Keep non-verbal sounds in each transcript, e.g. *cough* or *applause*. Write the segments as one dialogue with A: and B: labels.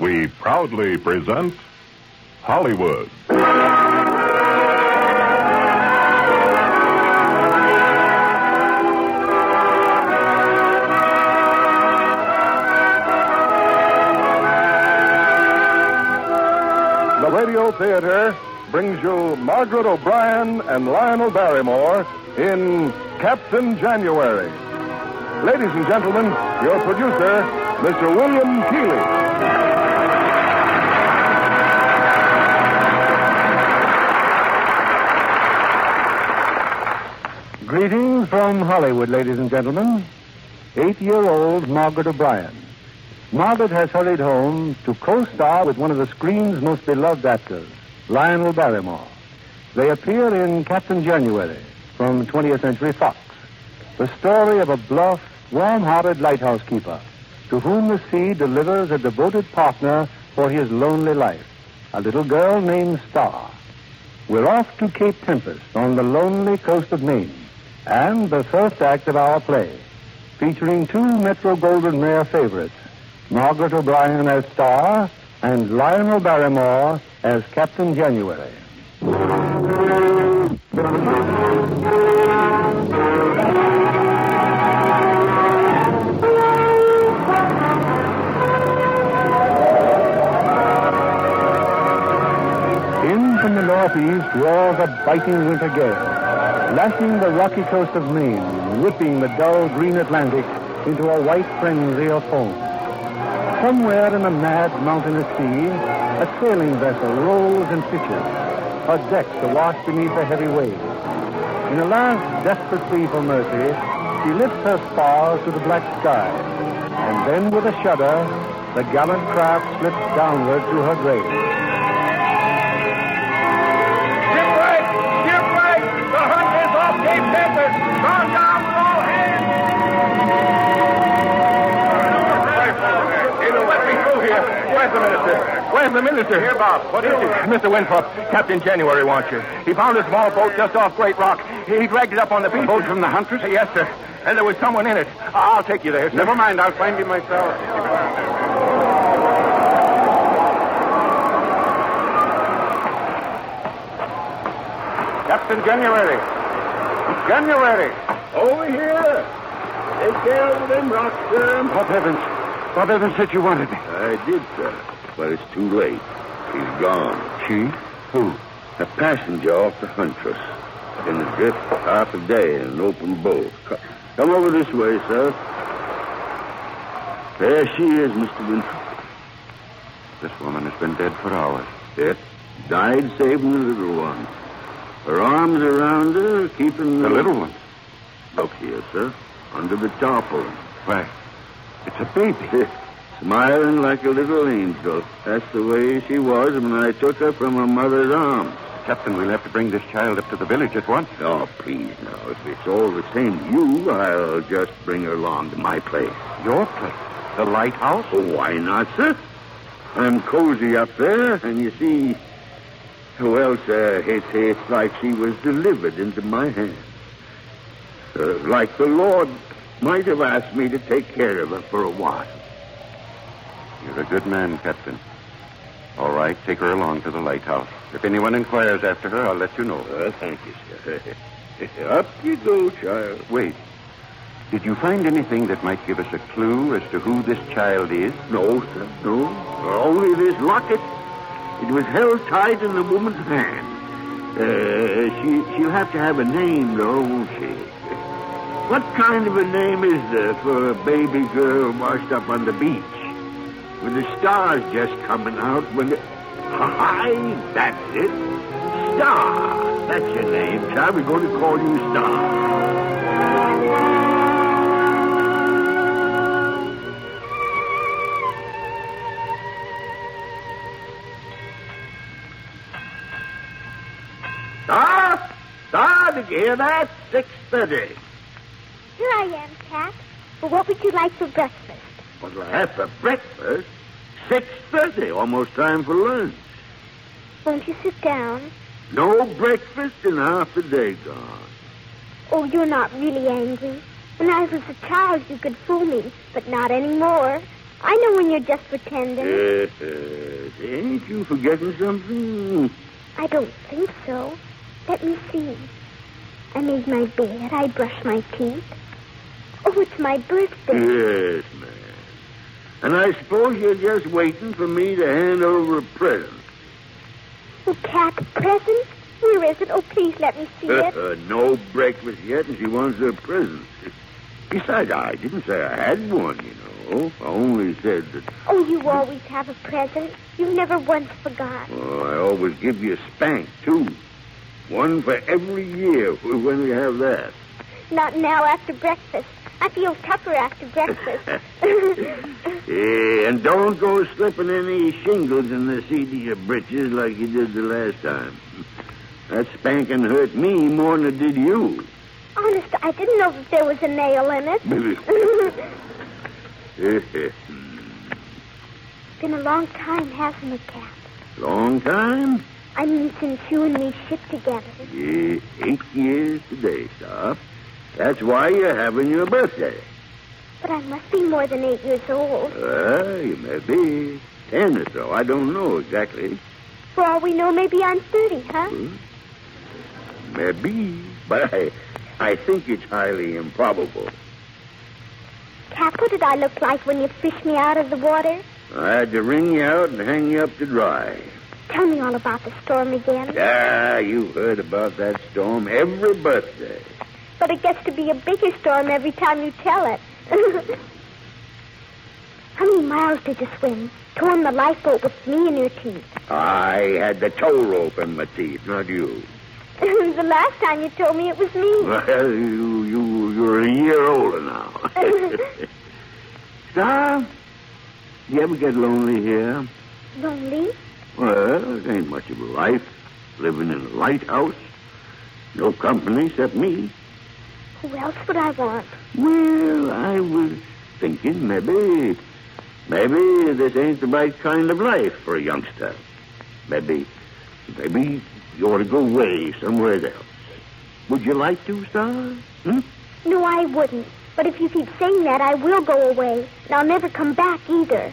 A: we proudly present Hollywood. The Radio Theater brings you Margaret O'Brien and Lionel Barrymore in Captain January. Ladies and gentlemen, your producer, Mr. William Keeley.
B: Greetings from Hollywood, ladies and gentlemen. Eight year old Margaret O'Brien. Margaret has hurried home to co star with one of the screen's most beloved actors, Lionel Barrymore. They appear in Captain January from 20th Century Fox, the story of a bluff, warm hearted lighthouse keeper to whom the sea delivers a devoted partner for his lonely life, a little girl named Star. We're off to Cape Tempest on the lonely coast of Maine, and the first act of our play, featuring two Metro Golden Mayer favorites, Margaret O'Brien as Star and Lionel Barrymore as Captain January. In from the northeast roars a biting winter gale, lashing the rocky coast of Maine, whipping the dull green Atlantic into a white frenzy of foam. Somewhere in the mad mountainous sea, a sailing vessel rolls and pitches, her decks awash beneath the heavy waves. In a last desperate plea for mercy, she lifts her spars to the black sky, and then with a shudder, the gallant craft slips downward to her grave.
A: Shipwright! Shipwright! The hunt is off Cape Tempest! Run down, all hands! Let me through here! Where's the minister? Where's the minister? Here, Bob. What is it? Mr. Winthrop, Captain January wants you. He found a small boat just off Great Rock. He dragged it up on the beach. boat from the hunters? Yes, sir. And there was someone in it. I- I'll take you there. Never mind. I'll find you myself. Captain January. January. Over here. Take care of them rocks, sir. Bob Evans. Bob Evans said you wanted me.
C: I did, sir. But it's too late. She's gone.
B: She? Who?
C: A passenger off the Huntress. In the drift half a day in an open boat. Co- Come over this way, sir. There she is, Mr. Winthrop.
A: This woman has been dead for hours.
C: It died saving the little one. Her arms around her, keeping
A: The little one.
C: Look here, sir. Under the tarpaulin.
A: Why, it's a baby.
C: *laughs* Smiling like a little angel. That's the way she was when I took her from her mother's arms.
A: Captain, we'll have to bring this child up to the village at once.
C: Oh, please now. If it's all the same to you, I'll just bring her along to my place.
A: Your place? The lighthouse?
C: Oh, why not, sir?
B: I'm cozy up there, and you see, well,
C: uh,
B: sir, it's, it's like she was delivered into my hands. Uh, like the Lord might have asked me to take care of her for a while.
D: You're a good man, Captain. All right, take her along to the lighthouse. If anyone inquires after her, I'll let you know.
B: Uh, thank you, sir. *laughs* up you go, child.
D: Wait. Did you find anything that might give us a clue as to who this child is?
B: No, sir, no. Only this locket. It was held tight in the woman's hand. Uh, she, she'll have to have a name, though, won't she? What kind of a name is there for a baby girl washed up on the beach? With the stars just coming out when the... Hi, that's it. Star. That's your name, child. We're going to call you Star. Star? Star, did you hear that? 6.30.
E: Here I am, Cap. But what would you like for breakfast?
B: What do I have for breakfast? 6.30, almost time for lunch.
E: Won't you sit down?
B: No breakfast in half a day gone.
E: Oh, you're not really angry. When I was a child, you could fool me, but not anymore. I know when you're just pretending.
B: Yes, yes. Ain't you forgetting something?
E: I don't think so. Let me see. I made my bed. I brushed my teeth. Oh, it's my birthday.
B: Yes, man. And I suppose you're just waiting for me to hand over a present.
E: Oh, Cap, present? Where is it? Oh, please let me see
B: *laughs*
E: it.
B: no breakfast yet, and she wants her present. Besides, I didn't say I had one, you know. I only said that
E: Oh, you always have a present. You've never once forgot.
B: Oh, I always give you a spank, too. One for every year *laughs* when we have that.
E: Not now after breakfast. I feel tougher
B: *laughs*
E: after breakfast.
B: Eh, and don't go slipping any shingles in the seat of your britches like you did the last time. *laughs* That spanking hurt me more than it did you. *laughs*
E: Honest, I didn't know that there was a nail in it. *laughs* Been a long time, hasn't it, Cap?
B: Long time?
E: I mean, since you and me shipped together.
B: Eh, eight years today, Star. That's why you're having your birthday.
E: But I must be more than eight years old.
B: Uh, you may be ten or so. I don't know exactly.
E: For all we know, maybe I'm 30, huh?
B: Maybe, but I, I think it's highly improbable.
E: Cap, what did I look like when you fished me out of the water?
B: I had to wring you out and hang you up to dry.
E: Tell me all about the storm again.
B: Ah, you heard about that storm every birthday.
E: But it gets to be a bigger storm every time you tell it. *laughs* How many miles did you swim? Torn the lifeboat with me in your teeth.
B: I had the tow rope in my teeth, not you.
E: *laughs* the last time you told me it was me.
B: Well, you, you, you're a year older now. *laughs* Star, you ever get lonely here?
E: Lonely?
B: Well, it ain't much of a life. Living in a lighthouse. No company except me.
E: Who else would I want?
B: Well, I was thinking maybe, maybe this ain't the right kind of life for a youngster. Maybe, maybe you ought to go away somewhere else. Would you like to, Star? Hmm?
E: No, I wouldn't. But if you keep saying that, I will go away. And I'll never come back either.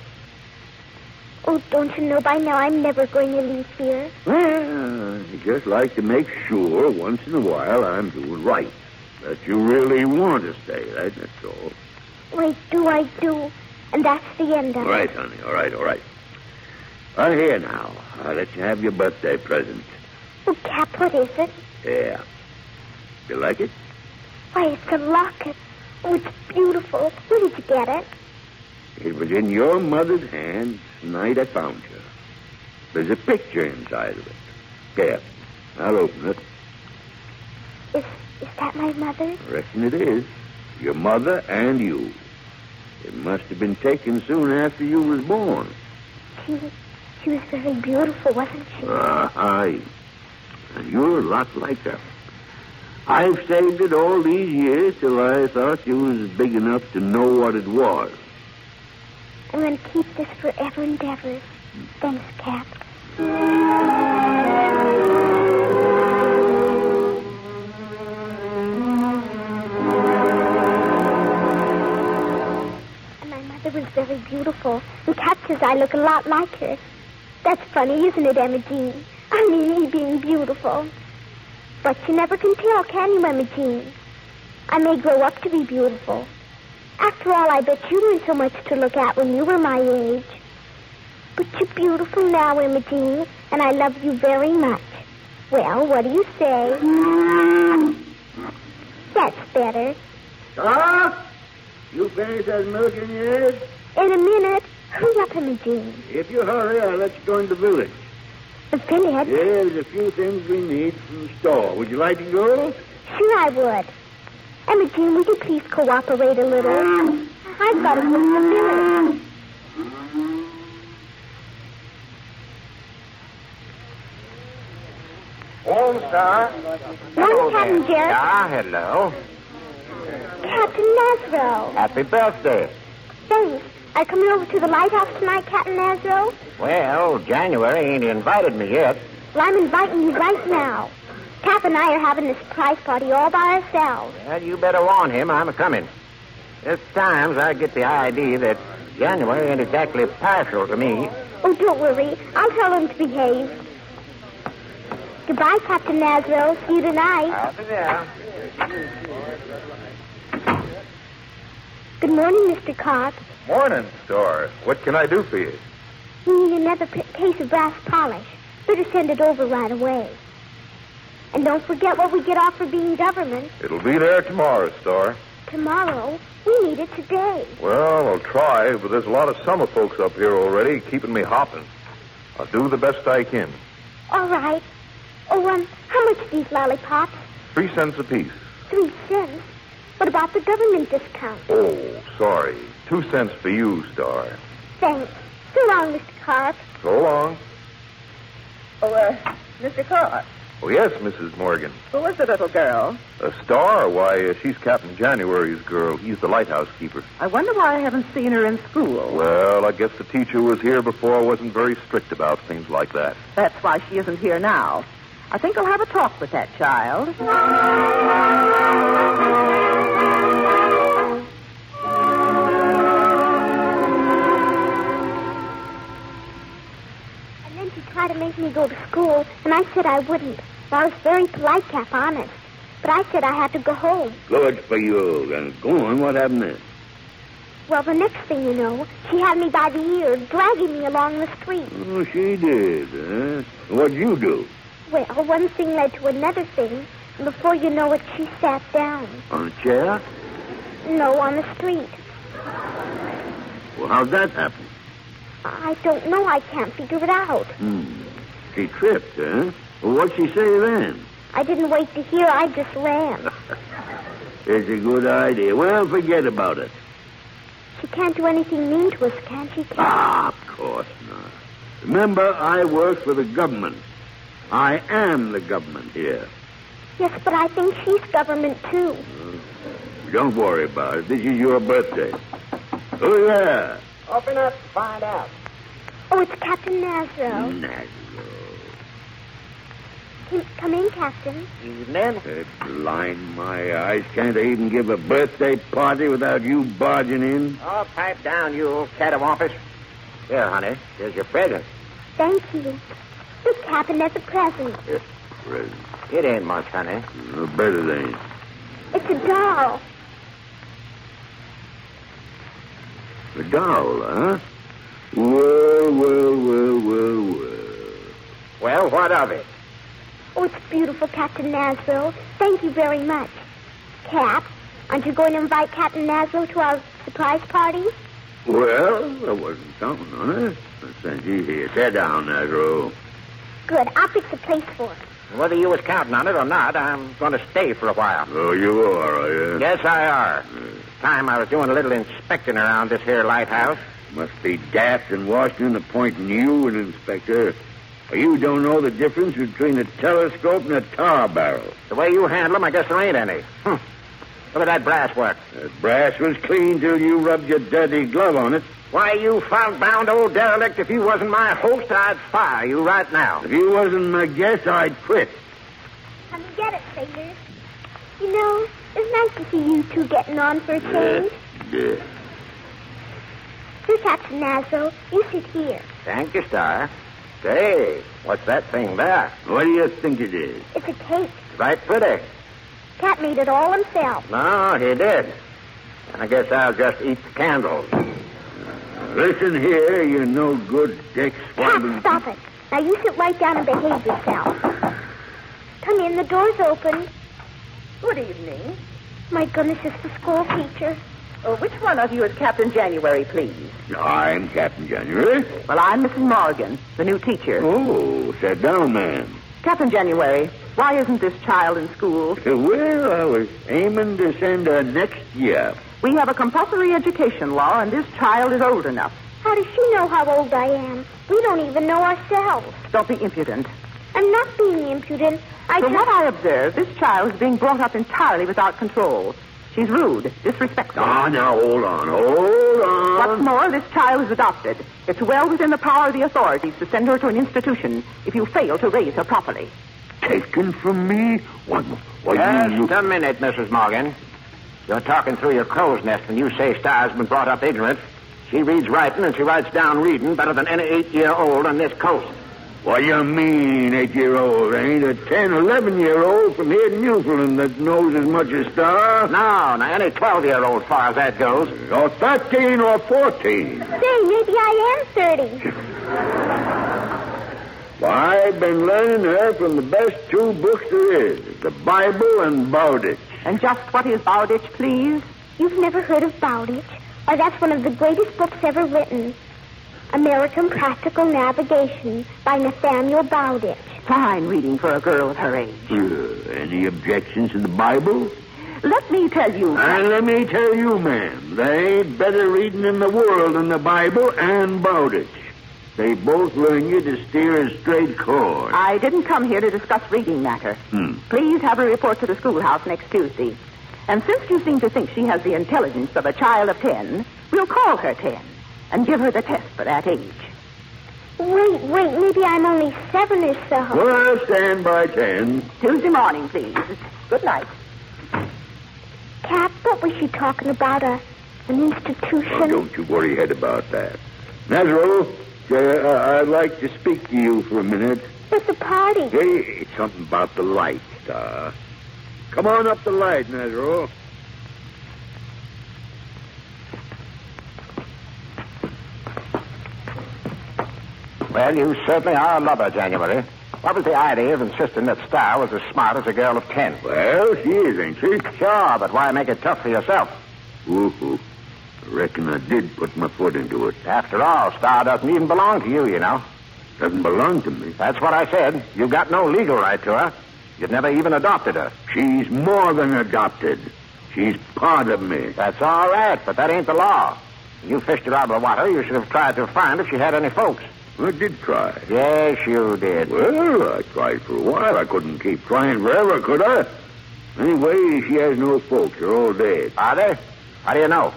E: Oh, don't you know by now I'm never going to leave here?
B: Well, I just like to make sure once in a while I'm doing right. That you really want to stay, right? That's all.
E: Wait, do I do? And that's the end of
B: All
E: it.
B: right, honey. All right, all right. Well, here now. I'll let you have your birthday present.
E: Oh, Cap, what is it?
B: Yeah. You like it?
E: Why, it's a locket. Oh, it's beautiful. Where did you get it?
B: It was in your mother's hands the night I found you. There's a picture inside of it. Here, I'll open it.
E: Is, is that my mother's?
B: I reckon it is. Your mother and you. It must have been taken soon after you was born.
E: She, she was very beautiful, wasn't she?
B: Uh, aye. And you're a lot like her. I've saved it all these years till I thought you was big enough to know what it was.
E: I'm going to keep this forever and ever. Thanks, Cap. My mother was very beautiful, and Cap says I look a lot like her. That's funny, isn't it, Emma Jean? I mean, me being beautiful. But you never can tell, can you, Emma Jean? I may grow up to be beautiful. After all, I bet you weren't so much to look at when you were my age. But you're beautiful now, Emma Jean, and I love you very much. Well, what do you say? That's better.
B: Doc, you finish that milk in your head?
E: In a minute. Hurry up, Emma Jean.
B: If you hurry, I'll let you go in the village.
E: Philip,
B: There's a few things we need from the store. Would you like to go?
E: sure I would. Emma Jean, would you please cooperate a little? I've got to go to the village.
F: Lone Star.
E: Morning, Captain Jarrett.
F: Ah, hello.
E: Captain Nasro.
F: Happy birthday.
E: Thanks. Are coming over to the lighthouse tonight, Captain Nasro?
F: Well, January ain't invited me yet.
E: Well, I'm inviting you right now. Cap and I are having this surprise party all by ourselves.
F: Well, you better warn him I'm a coming. There's times I get the idea that January ain't exactly partial to me.
E: Oh, don't worry. I'll tell him to behave. Goodbye, Captain Nasro. See you tonight.
F: How's it now?
E: Good morning, Mr. Cox.
D: Morning, Star. What can I do for you?
E: We need another p- case of brass polish. Better send it over right away. And don't forget what we get off for being government.
D: It'll be there tomorrow, Star.
E: Tomorrow, we need it today.
D: Well, I'll try, but there's a lot of summer folks up here already keeping me hopping. I'll do the best I can.
E: All right. Oh, um, how much are these lollipops?
D: Three cents apiece.
E: Three cents. What about the government discount?
D: Oh, sorry. Two cents for you, Star.
E: Thanks. So long, Mr. Carp.
D: So long.
G: Oh, uh, Mr. Carr,
D: Oh, yes, Mrs. Morgan.
G: who was the little girl?
D: A star? Why, uh, she's Captain January's girl. He's the lighthouse keeper.
G: I wonder why I haven't seen her in school.
D: Well, I guess the teacher who was here before wasn't very strict about things like that.
G: That's why she isn't here now. I think I'll have a talk with that child.
E: And then she tried to make me go to school, and I said I wouldn't. And I was very polite, Cap, honest. But I said I had to go home.
B: Good for you. And go on. What happened then?
E: Well, the next thing you know, she had me by the ear, dragging me along the street.
B: Oh, she did, huh? What'd you do?
E: Well, one thing led to another thing, and before you know it, she sat down.
B: On a chair?
E: No, on the street.
B: Well, how'd that happen?
E: I don't know. I can't figure it out.
B: Hmm. She tripped, huh? Well, what'd she say then?
E: I didn't wait to hear. I just ran.
B: It's a good idea. Well, forget about it.
E: She can't do anything mean to us, can she? Cap?
B: Ah, of course not. Remember, I work for the government. I am the government here.
E: Yes, but I think she's government, too.
B: Don't worry about it. This is your birthday. Oh, yeah.
G: Open up, find out.
E: Oh, it's Captain
A: Hmm?
E: Nasro.
B: Nice.
E: Can- Come in, Captain.
G: Evening.
B: That blind my eyes. Can't they even give a birthday party without you barging in?
F: Oh, pipe down, you old cat of office. Here, honey, here's your present.
E: Thank you. Look, Captain, that's a present.
B: Present. Uh,
F: It ain't much, honey.
B: No better than you.
E: It's a doll.
B: The doll, huh? Well, well, well, well, well.
F: Well, what of it?
E: Oh, it's beautiful, Captain Nasro. Thank you very much. Cap, aren't you going to invite Captain Nasro to our surprise party?
B: Well, I wasn't counting on it. Since he's here, sit down, Nazaro.
E: Good. I'll fix a place for him.
F: Whether you was counting on it or not, I'm going to stay for a while.
B: Oh, you are, are you?
F: Yes, I are. Time I was doing a little inspecting around this here lighthouse.
B: Must be daft in Washington appointing you an inspector. You don't know the difference between a telescope and a tar barrel.
F: The way you handle 'em, I guess there ain't any. Hmm. Look at that brass work.
B: That brass was clean till you rubbed your dirty glove on it. Why, you foul-bound old derelict, if you wasn't my host, I'd fire you right now.
A: If you wasn't my guest, I'd quit.
E: Come get it, figures. You know, it's nice to see you two getting on for
B: *laughs*
E: a change.
A: Yeah.
E: Here, Captain Nasro, you sit here.
B: Thank you, Star. Say, what's that thing there?
A: What do you think it is?
E: It's a cake.
B: It's right pretty.
E: Cat made it all himself.
B: No, he did. I guess I'll just eat the candles.
A: Listen here, you no good dick
E: Cat,
A: squandering.
E: stop it. Now you sit right down and behave yourself. Come in, the door's open.
G: Good evening.
E: My goodness, it's the school teacher.
G: Uh, which one of you is Captain January, please?
A: I'm Captain January.
G: Well, I'm Mrs. Morgan, the new teacher.
A: Oh, sit down, ma'am.
G: Captain January, why isn't this child in school?
A: Well, I was aiming to send her next year.
G: We have a compulsory education law, and this child is old enough.
E: How does she know how old I am? We don't even know ourselves.
G: Don't be impudent.
E: I'm not being impudent. I
G: From
E: just...
G: what I observe, this child is being brought up entirely without control. She's rude, disrespectful.
A: Ah, now hold on, hold on.
G: What's more, this child is adopted. It's well within the power of the authorities to send her to an institution if you fail to raise her properly.
A: taken from me? What? What you?
B: Just a minute, Mrs. Morgan. You're talking through your crow's nest when you say Star's been brought up ignorant. She reads writing and she writes down reading better than any eight-year-old on this coast.
A: What do you mean, eight-year-old? Ain't a ten, eleven-year-old from here in Newfoundland that knows as much as Star?
B: No, now any 12-year-old, far as that goes.
A: Or thirteen or fourteen.
E: Say, maybe I am 30.
A: Why, I've been learning her from the best two books there is, the Bible and Bowditch.
G: And just what is Bowditch, please?
E: You've never heard of Bowditch? Why, that's one of the greatest books ever written. American Practical Navigation by Nathaniel Bowditch.
G: Fine reading for a girl of her age.
A: Uh, any objections to the Bible?
G: Let me tell you.
A: And let me tell you, ma'am, there ain't better reading in the world than the Bible and Bowditch. They both learn you to steer a straight course.
G: I didn't come here to discuss reading matter. Please have a report to the schoolhouse next Tuesday. And since you seem to think she has the intelligence of a child of ten, we'll call her ten and give her the test for that age.
E: Wait, wait, maybe I'm only seven or so.
A: Well, stand by ten.
G: Tuesday morning, please. Good night.
E: Cap, what was she talking about? A, an institution?
A: Oh, don't you worry head about that. Nazaro, uh, uh, I'd like to speak to you for a minute.
E: It's a party.
A: Hey, it's something about the light, Star. Come on up the light, Nazaro.
B: Well, you certainly are a lover, January. What was the idea of insisting that Star was as smart as a girl of ten?
A: Well, she is, ain't she?
B: Sure, but why make it tough for yourself?
A: Ooh, I reckon I did put my foot into it.
B: After all, Star doesn't even belong to you, you know.
A: Doesn't belong to me.
B: That's what I said. You've got no legal right to her. You've never even adopted her.
A: She's more than adopted. She's part of me.
B: That's all right, but that ain't the law. When you fished her out of the water, you should have tried to find if she had any folks.
A: I did try.
B: Yes, you did.
A: Well, I tried for a while. I couldn't keep trying forever, could I? Anyway, she has no folks. They're all dead.
B: Are they? How do you know?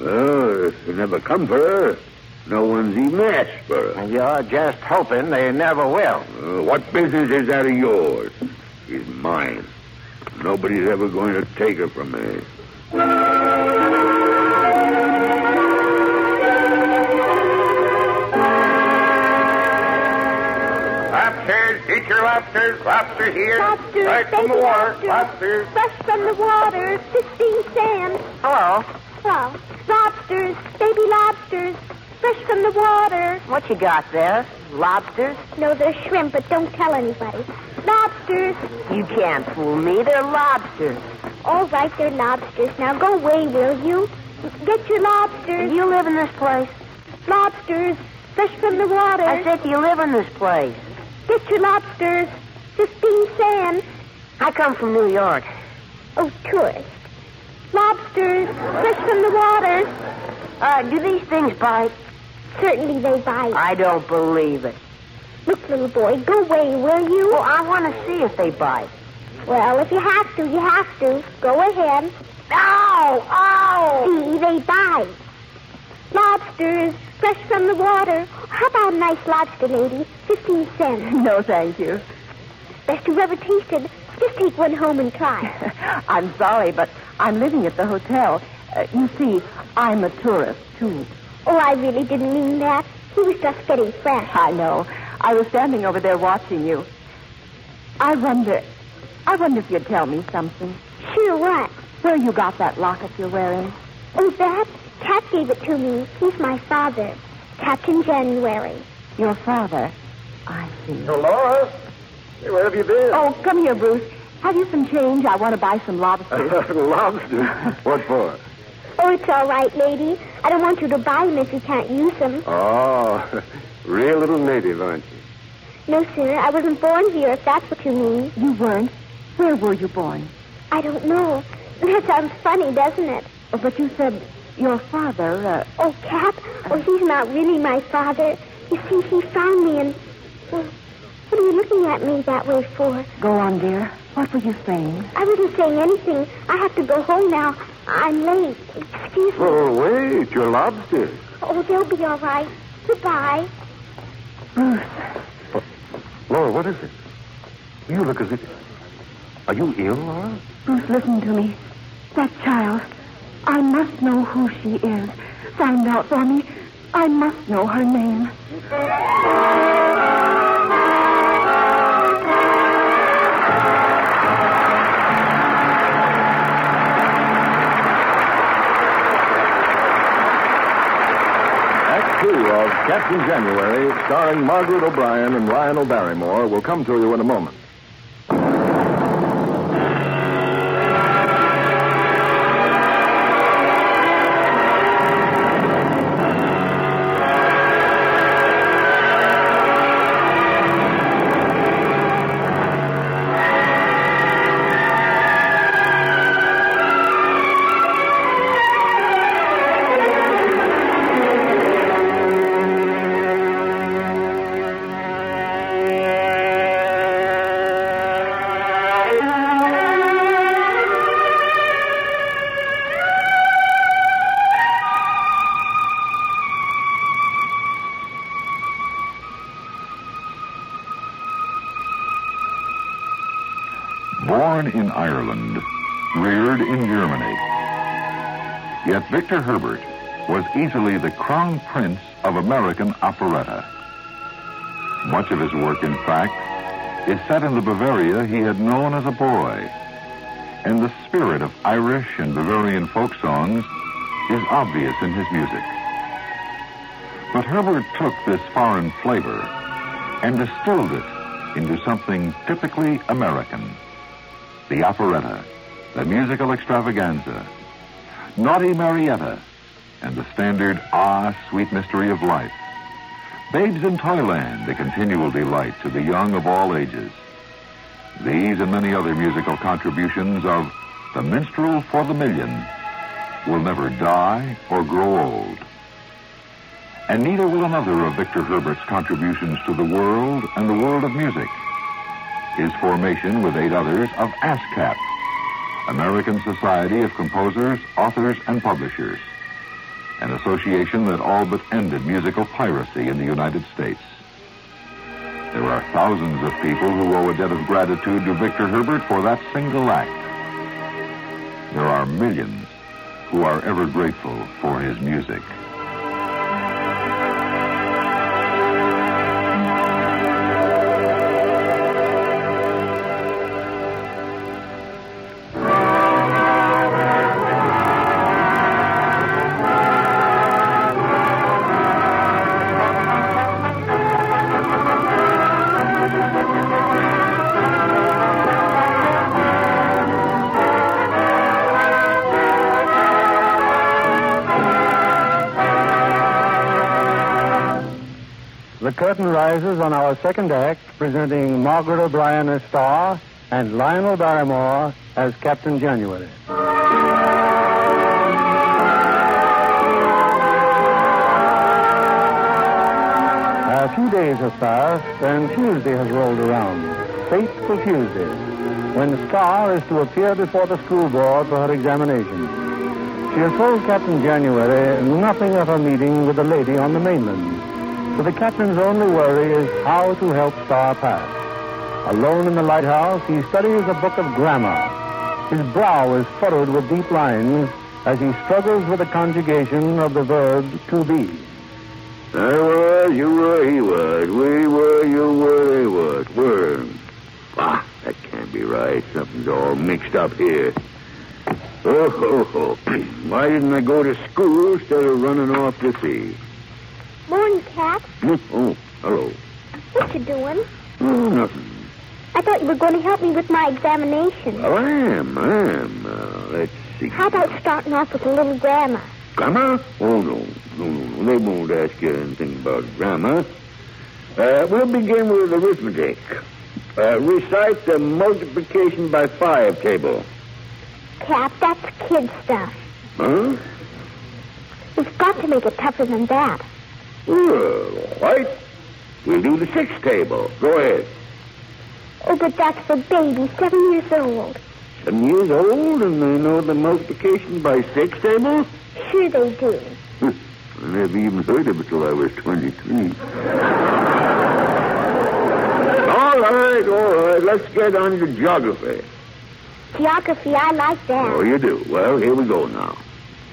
A: Well, they never come for her. No one's even asked for her.
B: You're just hoping they never will.
A: Uh, what business is that of yours? She's mine. Nobody's ever going to take her from me.
B: Lobsters, eat your lobsters. Lobster here.
E: Lobsters, baby lobsters, fresh from the water, 15 cents.
G: Hello.
E: Well, lobsters, baby lobsters, fresh from the water.
G: What you got there? Lobsters?
E: No, they're shrimp, but don't tell anybody. Lobsters.
G: You can't fool me. They're lobsters.
E: All right, they're lobsters. Now go away, will you? Get your lobsters.
G: you live in this place?
E: Lobsters, fresh from the water.
G: said, do you live in this place?
E: Get your lobsters. 15 cents.
G: I come from New York.
E: Oh, tourist. Lobsters, fresh from the water. Uh,
G: Uh, do these things bite?
E: Certainly they bite.
G: I don't believe it.
E: Look, little boy, go away, will you?
G: Well, I want to see if they bite.
E: Well, if you have to, you have to. Go ahead.
G: Ow! Ow!
E: See, they bite. Lobsters, fresh from the water. How about a nice lobster, lady? Fifteen cents.
G: No, thank you.
E: Best you ever tasted. Just take one home and try.
G: *laughs* I'm sorry, but I'm living at the hotel. Uh, you see, I'm a tourist, too.
E: Oh, I really didn't mean that. He was just getting fresh.
G: I know. I was standing over there watching you. I wonder, I wonder if you'd tell me something.
E: Sure, what?
G: Where you got that locket you're wearing?
E: Oh, that? Cap gave it to me. He's my father. Captain January.
G: Your father. I see.
H: Dolores? Hey, where have you been?
G: Oh, come here, Bruce. Have you some change? I want to buy some
B: Oh, *laughs*
G: lobsters.
H: Lobster. What for?
E: Oh, it's all right, lady. I don't want you to buy them if you can't use them.
H: Oh, real little native, aren't you?
E: No, sir. I wasn't born here, if that's what you mean.
G: you weren't. Where were you born?
E: I don't know. That sounds funny, doesn't it?
G: Oh, but you said your father. Uh,
E: Oh, Cap. Oh, he's not really my father. You see, he found me and. Well, what are you looking at me that way for?
G: go on, dear. What were you saying?
E: I wasn't saying anything. I have to go home now. I'm late. Excuse me.
H: Oh, wait, your lobster.
E: Oh, they'll be all right. Goodbye.
B: Laura, what is it? You look as if. Are you ill, Laura?
G: Bruce, listen to me. That child. I must know who she is. Find out for me. I must know her name.
B: Act two of Captain January, starring Margaret O'Brien and Lionel Barrymore, will come to you in a moment.
A: born in Ireland, reared in Germany. Yet Victor Herbert was easily the crown prince of American operetta. Much of his work, in fact, is set in the Bavaria he had known as a boy. And the spirit of Irish and Bavarian folk songs is obvious in his music. But Herbert took this foreign flavor and distilled it into something typically American the operetta, the musical extravaganza, Naughty Marietta, and the standard Ah, Sweet Mystery of Life. Babes in Toyland, a continual delight to the young of all ages. These and many other musical contributions of The Minstrel for the Million will never die or grow old. And neither will another of Victor Herbert's contributions to the world and the world of music his formation with eight others of ASCAP, American Society of Composers, Authors, and Publishers, an association that all but ended musical piracy in the United States. There are thousands of people who owe a debt of gratitude to Victor Herbert for that single act. There are millions who are ever grateful for his music.
B: The curtain rises on our second act, presenting Margaret O'Brien as star and Lionel Barrymore as Captain January. A few days have passed, and Tuesday has rolled around. Fateful Tuesday, when Star is to appear before the school board for her examination.
I: She has told Captain January nothing of her meeting with the lady on the mainland. So the captain's only worry is how to help Star Pass. Alone in the lighthouse, he studies a book of grammar. His brow is furrowed with deep lines as he struggles with the conjugation of the verb to be.
B: I was, you were, he was. We were, you were, they was. Were. Ah, that can't be right. Something's all mixed up here. Oh, ho, ho. *clears throat* Why didn't I go to school instead of running off to sea?
E: Morning, Cap.
B: Oh, hello.
E: What you doing?
B: Oh, nothing.
E: I thought you were going to help me with my examination.
B: Well, Oh, I am, I am. Uh, let's see.
E: How about starting off with a little grammar?
B: Grammar? Oh, no. No, no, no. They won't ask you anything about grammar. Uh, we'll begin with arithmetic. Uh, recite the multiplication by five table.
E: Cap, that's kid stuff.
B: Huh?
E: We've got to make it tougher than that.
B: Well, all right. We'll do the six table. Go ahead.
E: Oh, but that's for babies, seven years old.
B: Seven years old, and they know the multiplication by six table?
E: Sure they do.
B: I never Hmm. even heard of it till I was 23. all right, all right. Let's get on to geography.
E: Geography, I like that.
B: Oh, you do. Well, here we go now.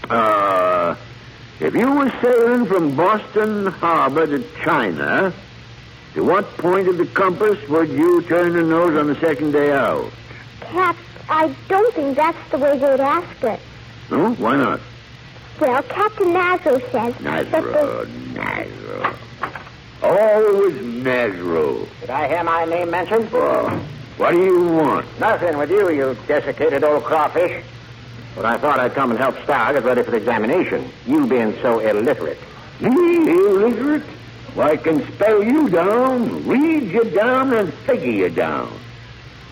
B: Uh, if you were sailing from Boston Harbor to China, to what point of the compass would you turn the nose on the second day out?
E: Cap, I don't think that's the way they'd ask it.
B: No? Why not?
E: Well, Captain Nazro says that
B: Nazro,
E: the...
B: Nazro. Always Nazro.
J: Did I hear my name mentioned?
B: Well, Oh, what do you want?
J: Nothing with you, you desiccated old crawfish. But I thought I'd come and help Star get ready for the examination. You being so illiterate.
B: Me, illiterate? Well, I can spell you down, read you down, and figure you down.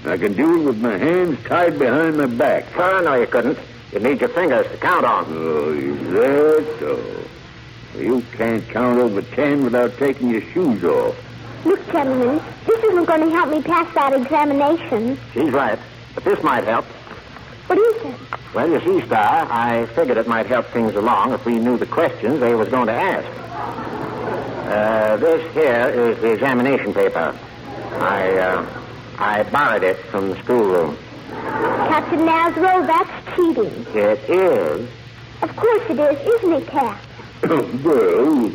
B: I can do it with my hands tied behind my back.
J: Oh, no, you couldn't. You'd need your fingers to count on.
B: Oh, is that so? You can't count over ten without taking your shoes off.
E: Look, gentlemen, this isn't going to help me pass that examination.
J: She's right. But this might help.
E: What is it?
J: Well, you see, Star, I figured it might help things along if we knew the questions they was going to ask. Uh, this here is the examination paper. I, uh, I borrowed it from the schoolroom.
E: Captain Nazro, that's cheating.
J: It is.
E: Of course it is, isn't it, Cap?
B: *coughs* well,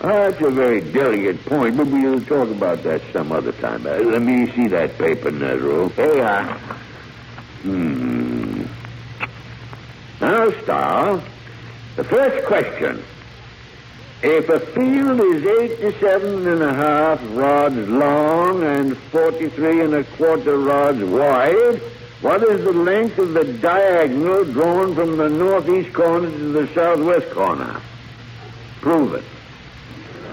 B: uh, that's a very delicate point. Maybe we'll talk about that some other time. Uh, let me see that paper, Nezro.
J: Here you are.
B: Hmm. Now, Star, the first question. If a field is 87 and a half rods long and 43 and a quarter rods wide, what is the length of the diagonal drawn from the northeast corner to the southwest corner? Prove it.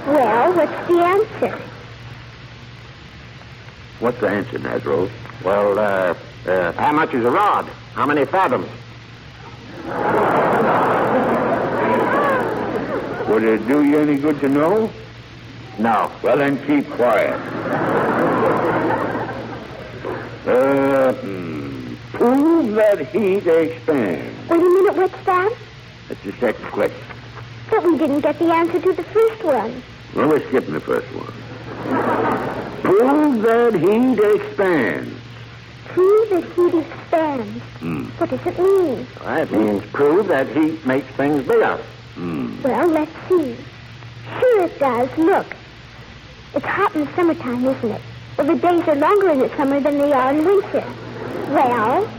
E: Well, what's the answer?
B: What's the answer, Nazro?
J: Well, uh, uh, how much is a rod? How many fathoms?
B: Would it do you any good to know?
J: No.
B: Well, then keep quiet. Uh, hmm. prove that heat expands.
E: Wait a minute, what's that?
B: That's the second question.
E: But we didn't get the answer to the first one.
B: Well, we're skipping the first one. prove that heat expands.
E: Prove that heat expands.
B: Hmm.
E: What does it mean?
J: That means prove that heat makes things bigger.
B: Hmm.
E: Well, let's see. Sure it does. Look. It's hot in the summertime, isn't it? Well, the days are longer in the summer than they are in winter. Well,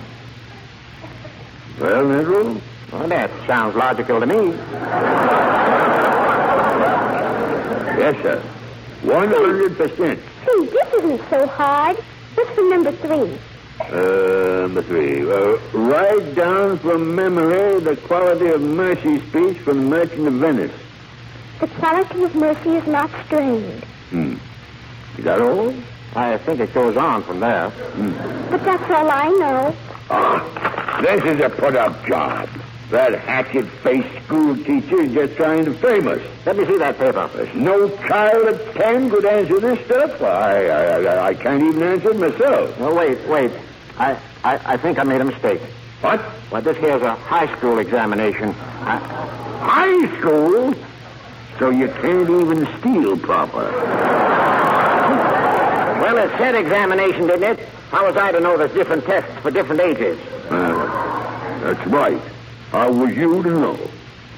B: Well, Nedro,
J: Well, that sounds logical to me.
B: Yes, sir. One hundred percent.
E: see, this isn't so hard. What's for number three?
B: Uh, Number three. Uh, write down from memory the quality of Mercy's speech from the Merchant of Venice.
E: The quality of mercy is not strained.
B: Hmm. Is that all? Hmm.
J: I think it goes on from there.
E: But that's all I know.
B: Ah, this is a put-up job. That hatchet-faced school teacher is just trying to frame us.
J: Let me see that paper.
B: There's no child at ten could answer this stuff. I, I, I, I can't even answer it myself.
J: No, wait, wait. I, I, I think I made a mistake.
B: What?
J: Well, this here's a high school examination. I,
B: High school? So you can't even steal proper.
J: well, it said examination, didn't it? How was I to know there's different tests for different ages?
B: Uh, that's right. How was you to know?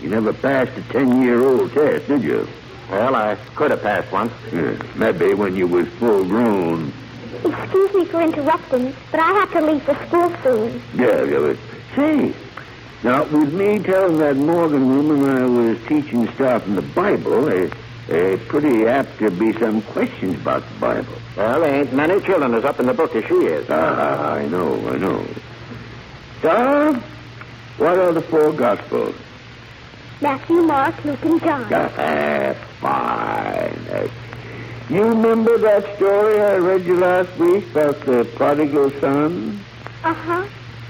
B: You never passed a ten-year-old test, did you?
J: Well, I could have passed one.
B: Yeah, maybe when you was full grown.
E: Excuse me for interrupting, but I have to leave for school soon.
B: Yeah, yeah. But, say, now with me telling that Morgan woman I was teaching stuff in the Bible, eh, eh, pretty apt to be some questions about the Bible.
J: Well, there ain't many children as up in the book as she is.
B: Ah, I know, I know. So, what are the four Gospels? *laughs*
E: Matthew, Mark, Luke, and John.
B: Ah, fine. Uh, You remember that story I read you last week about the prodigal son?
E: Uh huh.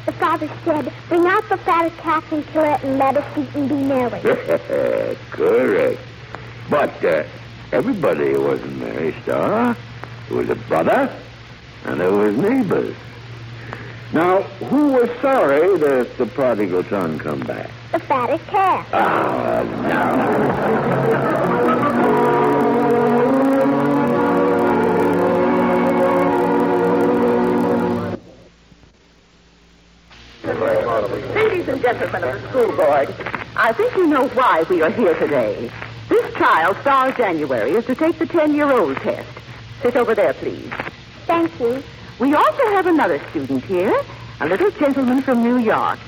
E: The father said, Bring out the fattest calf and kill it, and let us eat and be merry.
B: *laughs* Correct. But uh, everybody wasn't Mary Star. There was a brother, and there was neighbors. Now, who was sorry that the prodigal son come back?
E: The fattest calf.
B: Ah, now.
G: Ladies and gentlemen of the school board, I think you know why we are here today. This child, Star January, is to take the 10-year-old test. Sit over there, please.
E: Thank you.
G: We also have another student here, a little gentleman from New York.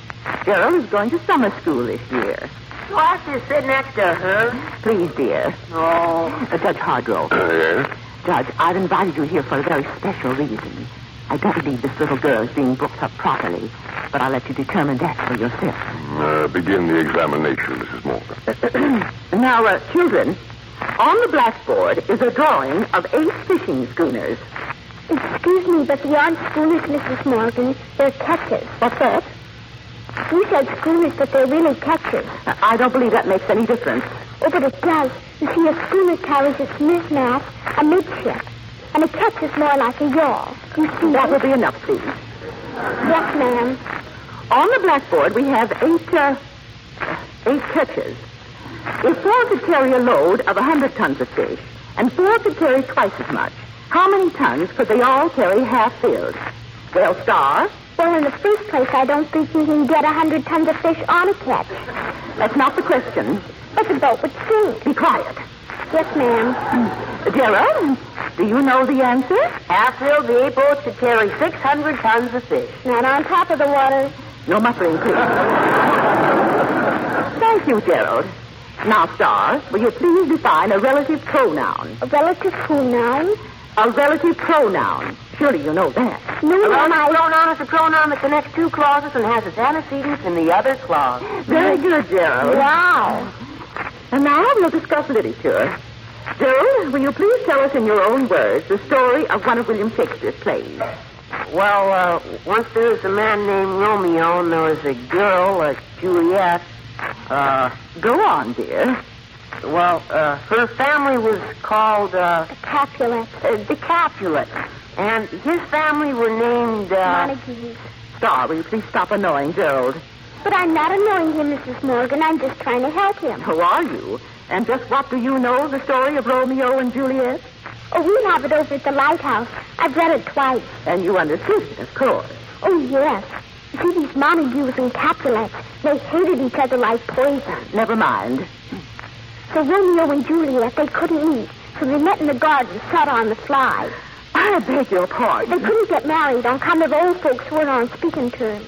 G: Girl is going to summer school this year. So I have to sit next to her? Please, dear. Oh. Judge Hardrow.
B: Oh,
D: yes?
G: Judge, I've invited you here for a very special reason. I don't believe this little girl is being brought up properly, but I'll let you determine that for yourself.
D: Uh, begin the examination, Mrs. Morgan.
G: now, uh, children, on the blackboard is a drawing of eight fishing schooners.
E: Excuse me, but beyond schoolers, Mrs. Morgan, they're catchers.
G: What's that?
E: You said schoolers, but they're really catchers.
G: Uh, I don't believe that makes any difference.
E: Oh, but it does. You see, a schooner carries its mizmast amidship, and a catch is more like a yawl. You see?
G: That will be enough, please.
E: Yes, ma'am.
G: On the blackboard, we have eight, uh, eight catches. If four could carry a load of a 100 tons of fish, and four could carry twice as much, how many tons could they all carry half filled? Well, Star,
E: Well, in the first place, I don't think you can get a hundred tons of fish on a catch.
G: that's not the question.
E: But the boat would sink.
G: Be quiet.
E: Yes, ma'am.
G: Gerald, do you know the answer? Half filled the eight boats to carry 600 tons of fish.
E: Not on top of the water.
G: No muttering, please. Thank you, Gerald. Now, Star, will you please define a relative pronoun?
E: A relative pronoun.
G: A relative pronoun. Surely you know that.
E: No, ma'am, I...
G: pronoun is a pronoun that connects two clauses and has its antecedents in the other clause. Very good, Gerald.
E: Wow.
G: And now we'll discuss literature. Gerald, will you please tell us in your own words the story of one of William Shakespeare's plays?
K: Well, uh, once there was a man named Romeo, and there was a girl, uh, Juliet. Uh,
G: Go on, dear.
K: well, uh, her family was called, uh,
E: The Capulet.
K: uh, the Capulets. And his family were named, uh...
E: Montagues.
G: Star, will you please stop annoying Gerald?
E: But I'm not annoying him, Mrs. Morgan. I'm just trying to help him.
G: Who are you? And just what do you know of the story of Romeo and Juliet?
E: Oh, we have it over at the lighthouse. I've read it twice.
G: And you understood it, of course.
E: Oh, yes. You see, these Montagues and Capulets, they hated each other like poison.
G: Never mind.
E: So Romeo and Juliet, they couldn't eat. So they met in the garden, sat on the fly.
G: I beg your
E: They
G: pardon.
E: couldn't get married on account of old folks who weren't on speaking terms.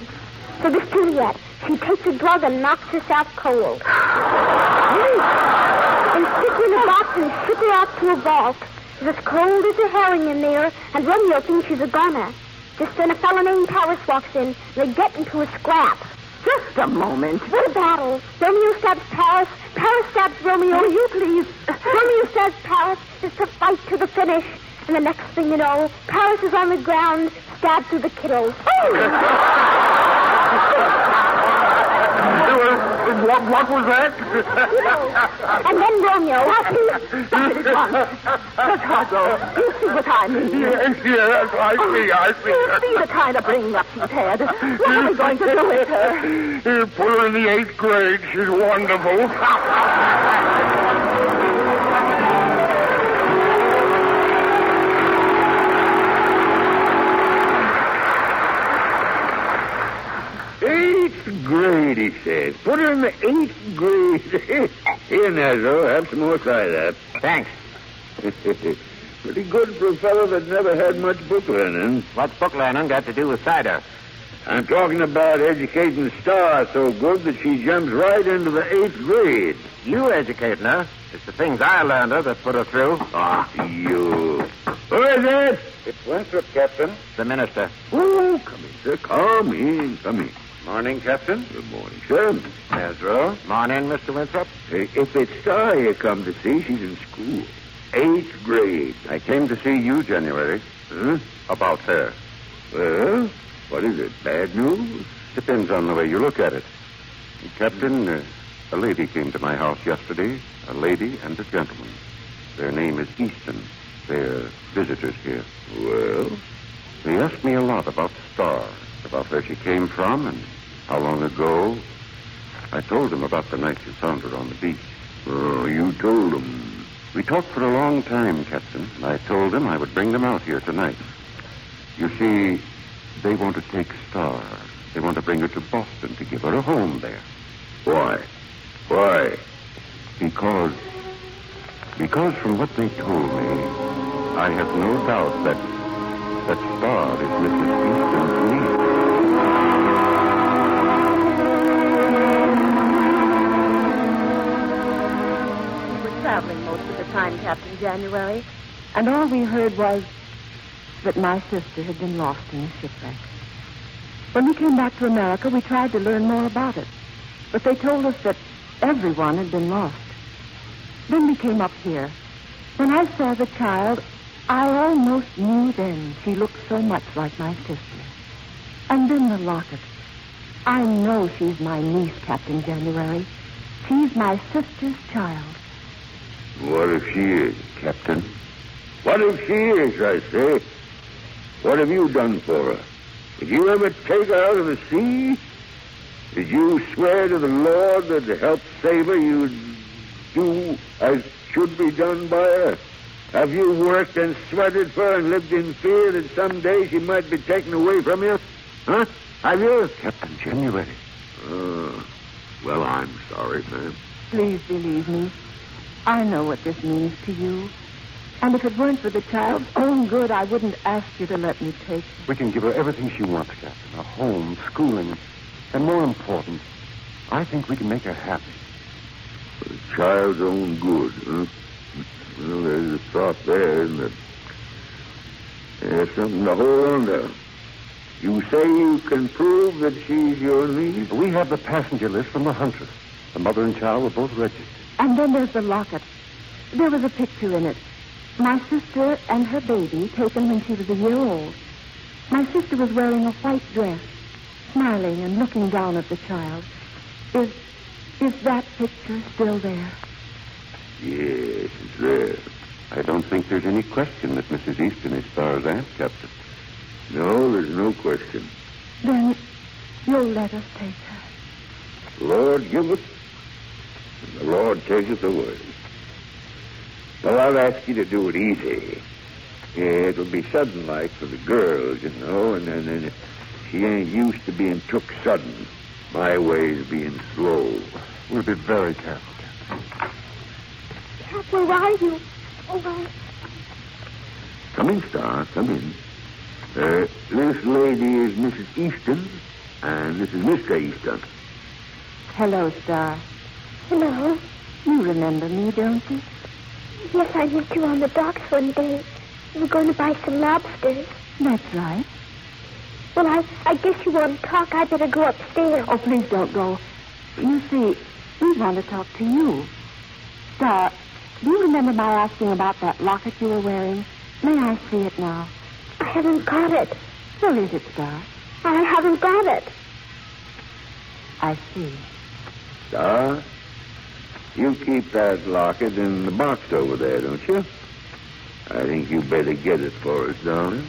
E: So this Juliet, she takes a drug and knocks herself cold.
G: *gasps*
E: and stick her in a box and ship her out to a vault. It's as cold as a herring in there, and Romeo thinks she's a goner. Just then a fellow named Paris walks in, and they get into a scrap.
G: Just a moment.
E: What a battle. Romeo stabs Paris. Paris stabs Romeo. Will you please? Romeo stabs Paris. It's a fight to the finish. And the next thing you know, Paris is on the ground, stabbed through the kidneys.
D: Stuart,
L: *laughs* what, what was that?
G: *laughs*
M: And then Romeo.
G: Stop it at once. Let's not go. You see what I mean.
L: Oh, Yes, yes, I see, I see.
G: You see the kind of bring up she's had. What are we going to do with her?
L: You Put her in the eighth grade. She's wonderful. *laughs*
A: Eighth grade, he said. Put her in the eighth grade. *laughs* Here, Nazo, have some more cider. Thanks. *laughs* Pretty good for a fellow that never had much book learning. What's book learning got to do with cider? I'm talking about educating Star so good that she jumps right into the eighth grade. You educating her? It's the things I learned her that put her through. Ah, you. Who is it? It's Winthrop, Captain. The minister. Oh, come in, sir. Come in, come in. Morning, Captain. Good morning, sir. Ezra. Morning, Mr. Winthrop. If it's Star you come to see, she's in school. Eighth grade.
B: I came to see you, January.
A: Huh?
B: About her.
A: Well, what is it? Bad news?
B: Depends on the way you look at it. Captain, uh, a lady came to my house yesterday, a lady and a gentleman. Their name is Easton. They're visitors here.
A: Well?
B: They asked me a lot about Star, about where she came from and how long ago. I told them about the night you found her on the beach.
A: Oh, you told them.
B: We talked for a long time, Captain, and I told them I would bring them out here tonight. You see, they want to take Star. They want to bring her to Boston to give her a home there.
A: Why? Why?
B: Because. Because from what they told me, I have no doubt that. that Star is Mrs. Easton's niece.
E: We were traveling most of the time, Captain January, and all we heard was that my sister had been lost in a shipwreck. When we came back to America, we tried to learn more about it, but they told us that everyone had been lost. Then we came up here. When I saw the child, I almost knew then she looked so much like my sister. And then the locket. I know she's my niece, Captain January. She's my sister's child.
A: What if she is, Captain? What if she is, I say? What have you done for her? Did you ever take her out of the sea? Did you swear to the Lord that to help save her you'd do as should be done by her? Have you worked and sweated for her and lived in fear that someday she might be taken away from you? Huh? Have you?
B: Captain January.
A: Uh, well, I'm sorry, ma'am.
E: Please believe me. I know what this means to you. And if it weren't for the child's own good, I wouldn't ask you to let me take her.
B: We can give her everything she wants, Captain. A home, schooling, and more important, I think we can make her happy.
A: For the child's own good, huh? Well, there's a thought there, isn't it? There's something to hold on to. You say you can prove that she's your niece?
B: We have the passenger list from the Huntress. The mother and child were both registered.
E: And then there's the locket. There was a picture in it. My sister and her baby, taken when she was a year old. My sister was wearing a white dress, smiling and looking down at the child. Is is that picture still there?
A: Yes, it's there.
B: I don't think there's any question that Mrs. Easton is Star's aunt, Captain.
A: No, there's no question.
E: Then you'll let us take her.
A: Lord giveth, and the Lord taketh away. Well, I'll ask you to do it easy. Yeah, it'll be sudden like for the girls, you know, and then and she ain't used to being took sudden. My way's being slow.
B: We'll be very careful.
M: Cap, where are you? Oh, I...
A: Come in, Star, come in. Uh, this lady is Mrs. Easton, and this is Mr. Easton.
E: Hello, Star.
M: Hello.
E: You remember me, don't you?
M: Yes, I met you on the docks one day. You were going to buy some lobsters.
E: That's right.
M: Well, I, I guess you want to talk. I better go upstairs.
E: Oh, please don't go. You see, we want to talk to you. Star, do you remember my asking about that locket you were wearing? May I see it now?
M: I haven't got it.
E: Where is it, Star?
M: I haven't got it.
E: I see.
A: Star, you keep that locket in the box over there, don't you? I think you better get it for us, darling.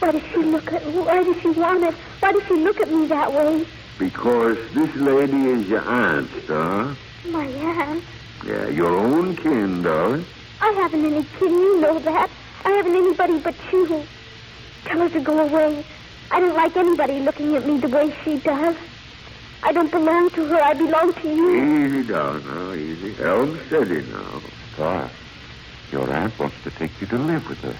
E: Why does she look at? Why does she want it? Why does she look at me that way?
A: Because this lady is your aunt, Star.
E: My aunt.
A: Yeah, your own kin, darling.
E: I haven't any kin. You know that. I haven't anybody but you. Tell her to go away. I don't like anybody looking at me the way she does. I don't belong to her. I belong to you.
A: Easy, darling, now, easy. Elm steady now.
D: Star, your aunt wants to take you to live with her.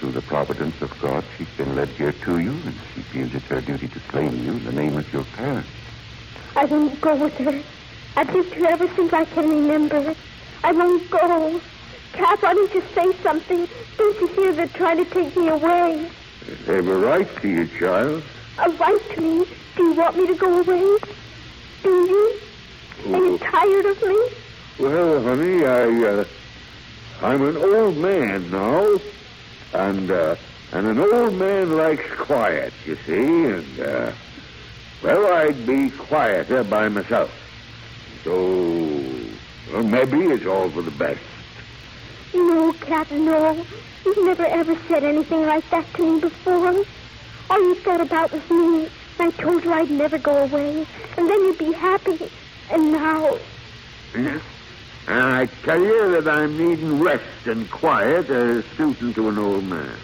D: Through the providence of God, she's been led here to you, and she feels it's her duty to claim you in the name of your parents.
E: I won't go with her. I've lived here ever since I can remember. I won't go. Cap, why don't you say something? Don't you hear they're trying to take me away?
A: They have a right to you, child.
E: A right to me? Do you want me to go away? Do you? Are you tired of me?
A: Well, honey, I, uh, I'm an old man now, and uh, and an old man likes quiet, you see, and uh, well, I'd be quieter by myself. So, well, maybe it's all for the best.
E: No, Cap, no. You've never ever said anything like that to me before. All you thought about was me. I told you I'd never go away. And then you'd be happy. And now,
A: And Uh-huh. I tell you that I'm needing rest and quiet as suiting to an old man.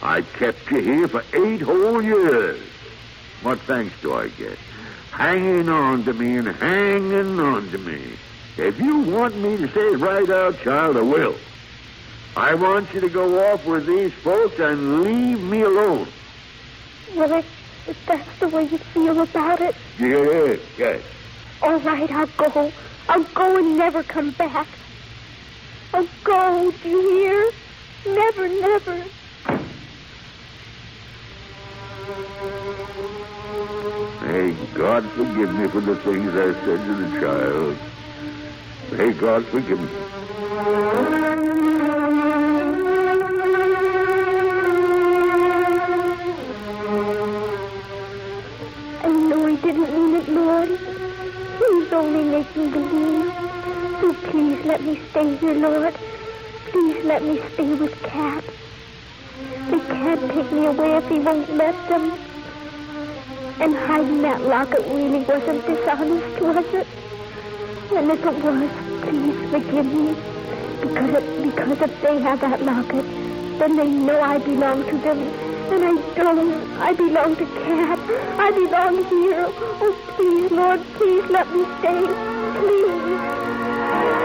A: I kept you here for eight whole years. What thanks do I get? Hanging on to me and hanging on to me. If you want me to say it right out, child, I will. I want you to go off with these folks and leave me alone.
E: well, if, if that's the way you feel about it,
A: Yes, yes.
E: all right, I'll go. I'll go and never come back. I'll go, do you hear? Never, never.
A: May God forgive me for the things I said to the child. May God forgive me.
E: I know he didn't mean it, Lord. He was only making believe. So please let me stay here, Lord. Please let me stay with Cap. They can't take me away if he won't let them. And hiding that locket really wasn't dishonest, was it? And if it was, please forgive me. Because if, because if they have that locket, then they know I belong to them. And I don't. I belong to Cap. I belong here. Oh, please, Lord, please let me stay. Please.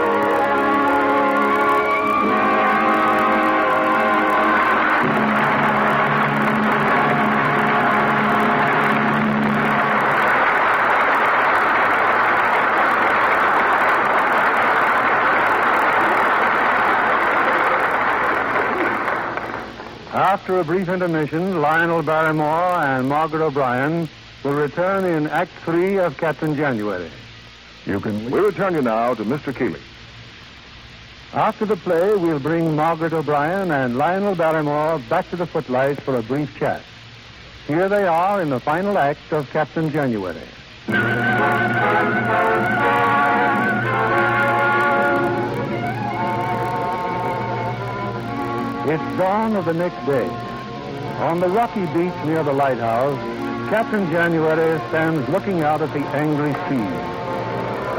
I: After a brief intermission, Lionel Barrymore and Margaret O'Brien will return in Act Three of Captain January.
N: You can. We return you now to Mr. Keeley.
I: After the play, we'll bring Margaret O'Brien and Lionel Barrymore back to the footlights for a brief chat. Here they are in the final act of Captain January. It's dawn of the next day. On the rocky beach near the lighthouse, Captain January stands looking out at the angry sea.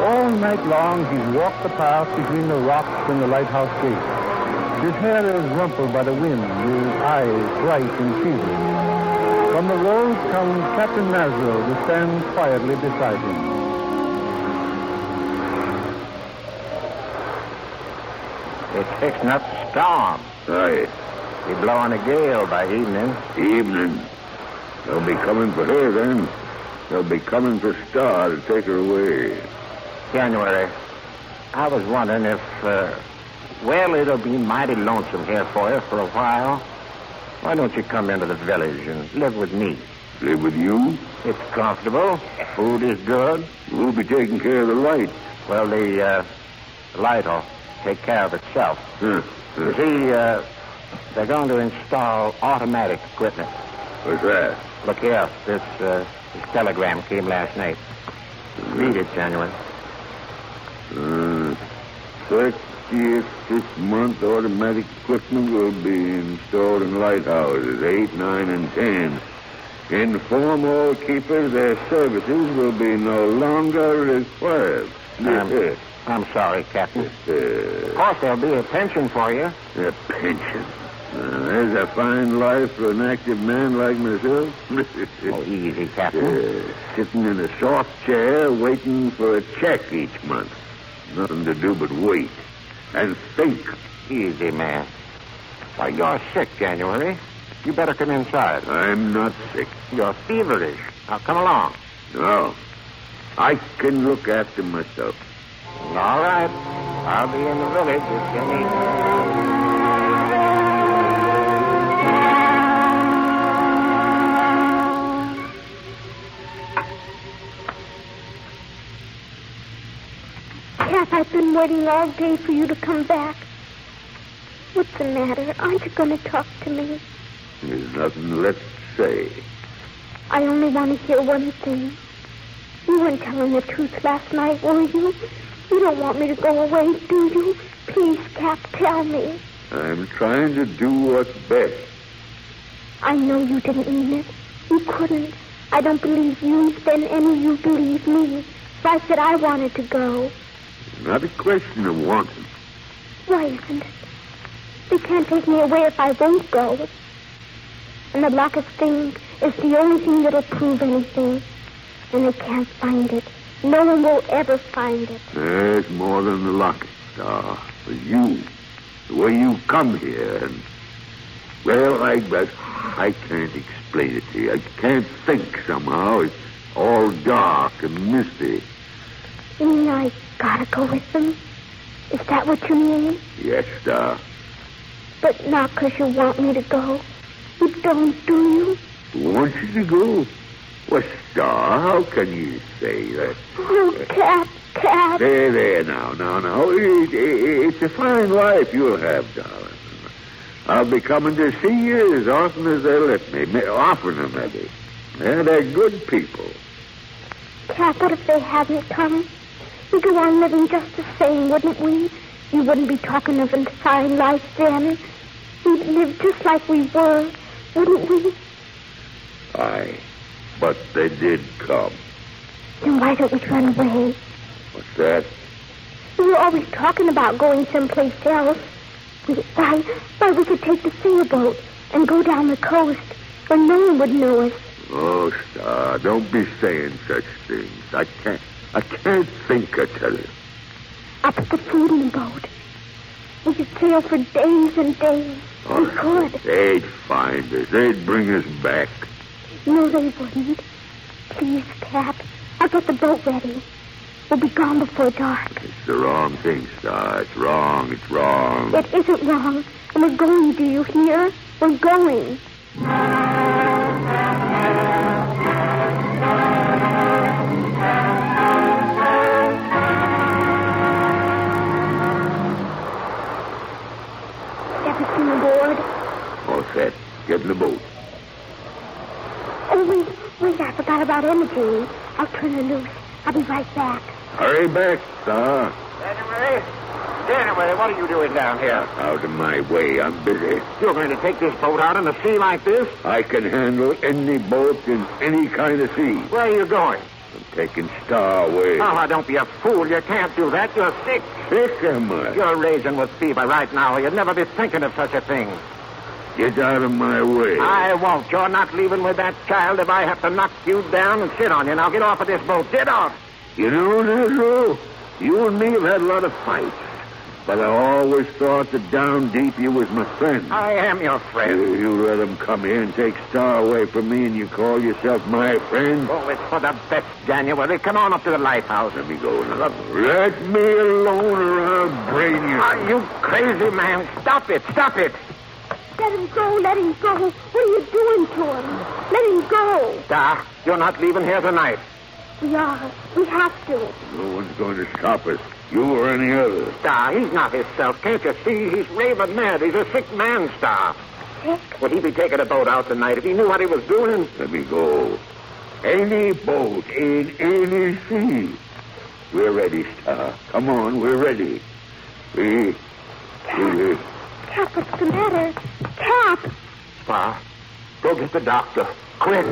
I: All night long, he's walked the path between the rocks and the lighthouse gate. His hair is rumpled by the wind, his eyes bright and fevered. From the road comes Captain Maslow to stand quietly beside him.
J: It's fixing up a storm.
A: Right.
J: Be blowing a gale by evening.
A: Evening. They'll be coming for her then. They'll be coming for Star to take her away.
J: January. I was wondering if, uh, well, it'll be mighty lonesome here for you for a while. Why don't you come into the village and live with me?
A: Live with you?
J: It's comfortable. Food is good.
A: We'll be taking care of the light.
J: Well, the, uh, light'll take care of itself.
A: Huh.
J: You see, uh, they're going to install automatic equipment.
A: What's that?
J: Look here. This, uh, this telegram came last night. Read it, January.
A: Uh, 30th month, automatic equipment will be installed in lighthouses 8, 9, and 10. Inform all keepers their services will be no longer required.
B: Um, I'm sorry, Captain. Of course, there'll be a pension for you.
A: A pension. Uh, there's a fine life for an active man like myself. *laughs* oh,
B: easy, Captain.
A: Uh, sitting in a soft chair waiting for a check each month. Nothing to do but wait and think.
B: Easy, man. Why, you're sick, January. You better come inside.
A: I'm not sick.
B: You're feverish. Now, come along.
A: No. I can look after myself.
B: All right. I'll be in the village if you need me.
E: Cap, I've been waiting all day for you to come back. What's the matter? Aren't you going to talk to me?
A: There's nothing left to say.
E: I only want to hear one thing. You weren't telling the truth last night, were you? You don't want me to go away, do you? Please, Cap, tell me.
A: I'm trying to do what's best.
E: I know you didn't mean it. You couldn't. I don't believe you, then any of you believe me. Right that I wanted to go.
A: Not a question of wanting.
E: Why isn't it? They can't take me away if I won't go. And the locket thing is the only thing that'll prove anything. And they can't find it. No one will ever find it.
A: There's more than the locket, Star. For you. The way you come here and... Well, I, I, I can't explain it to you. I can't think somehow. It's all dark and misty.
E: You mean I gotta go with them? Is that what you mean?
A: Yes, Star.
E: But not 'cause you want me to go. You don't, do you?
A: Want you to go? Well, Star, how can you say that?
E: Oh, Cap, Cap.
A: There, there, now, now, now. It, it- it's a fine life you'll have, darling. I'll be coming to see you as often as they let me. ma- Oftener, maybe. Yeah, they're good people.
E: Cap, what if they hadn't come? We'd go on living just the same, wouldn't we? You wouldn't be talking of a fine life then. We'd live just like we were, wouldn't we?
A: Aye. But they did come.
E: Then why don't we run away?
A: What's that?
E: We were always talking about going someplace else. We- Why, why we could take the sailboat and go down the coast where no one would know us.
A: Oh, Star, don't be saying such things. I can't. I can't think, I tell you.
E: I put the food in the boat. We could sail for days and days.
A: Oh,
E: we could.
A: They'd find us. They'd bring us back.
E: No, they wouldn't. Please, Cap, I'll get the boat ready. We'll be gone before dark.
A: It's the wrong thing, Star. It's wrong. It's wrong.
E: It isn't wrong, and we're going, do you hear? We're going. Everything aboard.
A: All set. Get in the boat.
E: Oh, wait, wait, I forgot about Imogene. I'll turn her loose. I'll be right back.
A: Hurry back, Star.
B: January? January, what are you doing down here?
A: Out of my way. I'm busy.
B: You're going to take this boat out in the sea like this?
A: I can handle any boat in any kind of sea.
B: Where are you going?
A: I'm taking Star away.
B: Oh, now, don't be a fool. You can't do that. You're sick.
A: Sick am I?
B: You're raging with fever right now. You'd never be thinking of such a thing.
A: Get out of my way.
B: I won't. You're not leaving with that child if I have to knock you down and sit on you. Now get off of this boat. Get off.
A: You know, Nero, you and me have had a lot of fights. But I always thought that down deep you was my friend.
B: I am your friend.
A: You, you let 'em come here and take Star away from me, and you call yourself my friend?
B: Oh, it's for the best, January. Come on up to the lighthouse. Let
A: me go now. Let me alone, or I'll brain you.
B: Are you crazy, man? Stop it. Stop it.
E: Let him go, let him go. What are you doing to him? Let him go.
B: Star, you're not leaving here tonight.
E: We are. We have to.
A: No one's going to stop us, you or any other.
B: Star, he's not himself. Can't you see? He's raving mad. He's a sick man, Star.
E: Sick?
B: Would he be taking a boat out tonight if he knew what he was doing?
A: Let me go. Any boat in any sea.
B: We're ready, Star. Come on, we're ready. We. we, we
E: Cap, what's the matter? Cap!
B: Star, go get the doctor. Quick.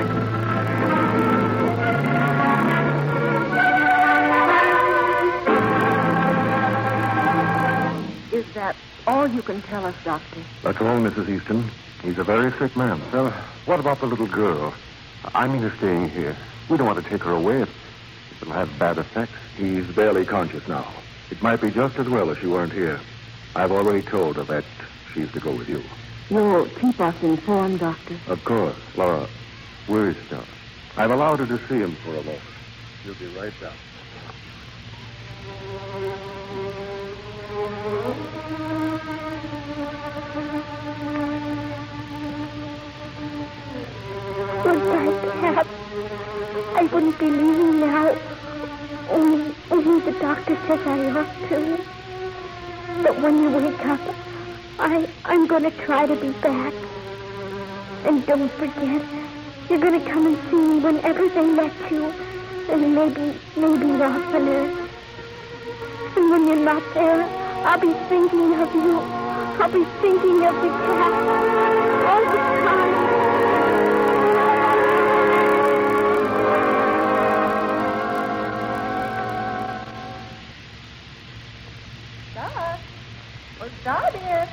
G: Is that all you can tell us, Doctor?
A: That's all, Mrs. Easton. He's a very sick man.
O: Well, what about the little girl? I mean her staying here. We don't want to take her away. It- It'll have bad effects.
A: He's barely conscious now. It might be just as well if she weren't here. I've already told her that she's to go with you.
G: You'll keep us informed, Doctor.
A: Of course, Laura. Where is Star? I've allowed her to see him for a moment. She'll be right down.
E: Goodbye, Cap. I wouldn't be leaving now. Only, only the doctor says I ought to. But when you wake up, I, I'm going to try to be back. And don't forget, you're going to come and see me whenever they let you. And maybe, maybe oftener. And when you're not there, I'll be thinking of you. I'll be thinking of the cat all the time.
P: Star? Oh, Star, dear.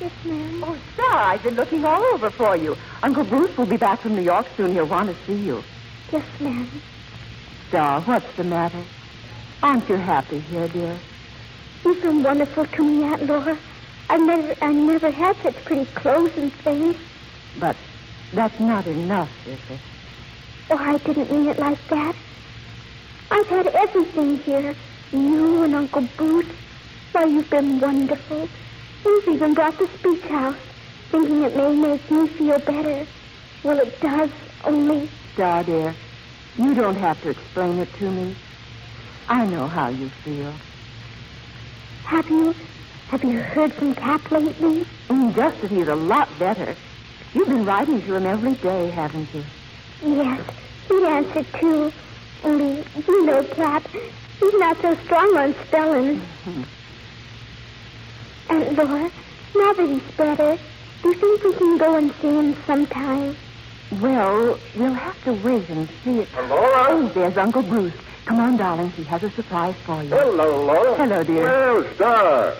E: Yes, ma'am.
P: Oh, Star, I've been looking all over for you.
G: Uncle Bruce will be back from New York soon. He'll want to see you.
E: Yes, ma'am.
G: Star, what's the matter? Aren't you happy here, dear?
E: You've been wonderful to me, Aunt Laura. I never, I never had such pretty clothes and things.
G: But that's not enough, is it?
E: Oh, I didn't mean it like that. I've had everything here. You and Uncle Boots. Why, you've been wonderful. You've even brought the speech house, thinking it may make me feel better. Well, it does, only...
G: Star, dear, you don't have to explain it to me. I know how you feel.
E: Have you? Have you heard from Cap lately?
G: Mm, just that he's a lot better. You've been writing to him every day, haven't you?
E: Yes, he answered, too. Only, you know, Cap, he's not so strong on spelling. Aunt Laura, now that he's better, do you think we can go and see him sometime?
G: Well, we'll have to wait and see it.
B: Laura?
G: Oh, there's Uncle Bruce. Come on, darling. He has a surprise for you.
B: Hello, Laura.
G: Hello, dear.
B: Well, Star.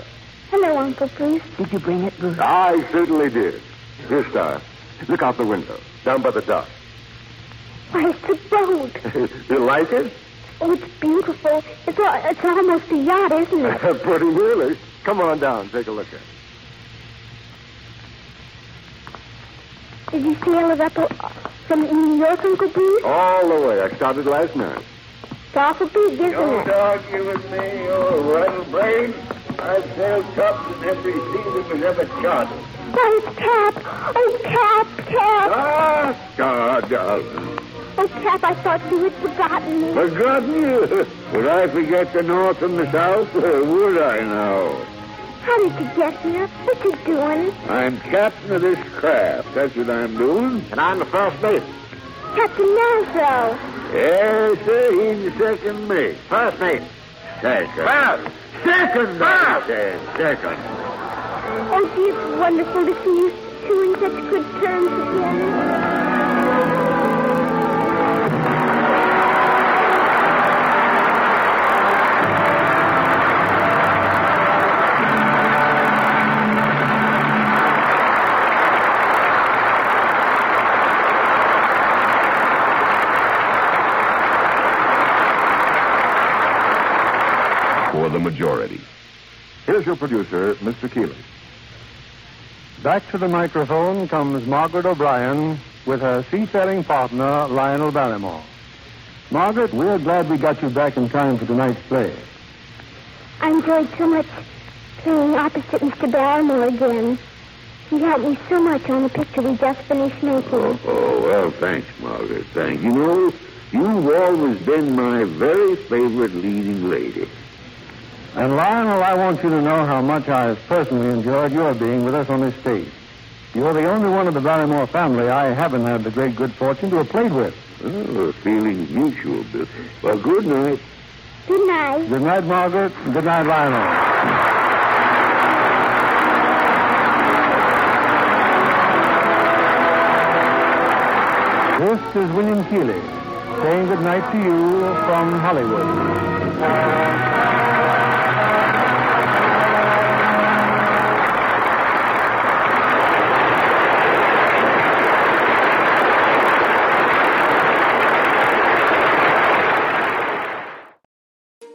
E: Hello, Uncle Bruce.
G: Did you bring it, Bruce?
O: I certainly did. Here, Star. Look out the window, down by the dock. *laughs*
E: Why, it's a boat.
O: you like it? *laughs*
E: Oh, it's beautiful. It's, al- it's almost a yacht, isn't it?
O: Pretty really. Come on down, take a look at it.
E: Did you sail it up uh, from New York, Uncle Bruce?
O: All the way. I started last night.
E: It's awful big, isn't
B: Don't
E: it?
B: argue with me, old rattle brain. I've sailed tops in every sea that was ever charted.
E: Why, it's Cap. Oh, Cap, Cap.
B: Ah, Star, darling.
E: Oh, Cap, I thought you had forgotten me.
B: Forgotten you? Would I forget the north and the south?
A: *laughs*
B: Would I now?
E: How did you get here? What you doing?
B: I'm captain of this craft. That's what I'm doing.
Q: And I'm the first mate.
E: Captain Nelson.
B: Yes, sir. He's the second mate.
Q: First mate.
B: Second.
Q: First.
B: Second. I said. Second.
E: Oh, gee, it's wonderful to see you two in such good terms again.
R: for the majority.
S: Here's your producer, Mr. Keeley.
A: Back to the microphone comes Margaret O'Brien with her seafaring partner, Lionel Barrymore. Margaret, we're glad we got you back in time for tonight's play.
E: I enjoyed so much playing opposite Mr. Barrymore again. He helped me so much on the picture we just finished making.
B: Oh, well, thanks, Margaret. Thank you. You know, you've always been my very favorite leading lady.
A: And Lionel, I want you to know how much I've personally enjoyed your being with us on this stage. You're the only one of the Barrymore family I haven't had the great good fortune to have played with.
B: Oh, feelings mutual, Bill. Well, good night.
E: Good night.
A: Good night, Margaret. Good night, Lionel. This is William Keeley saying good night to you from Hollywood.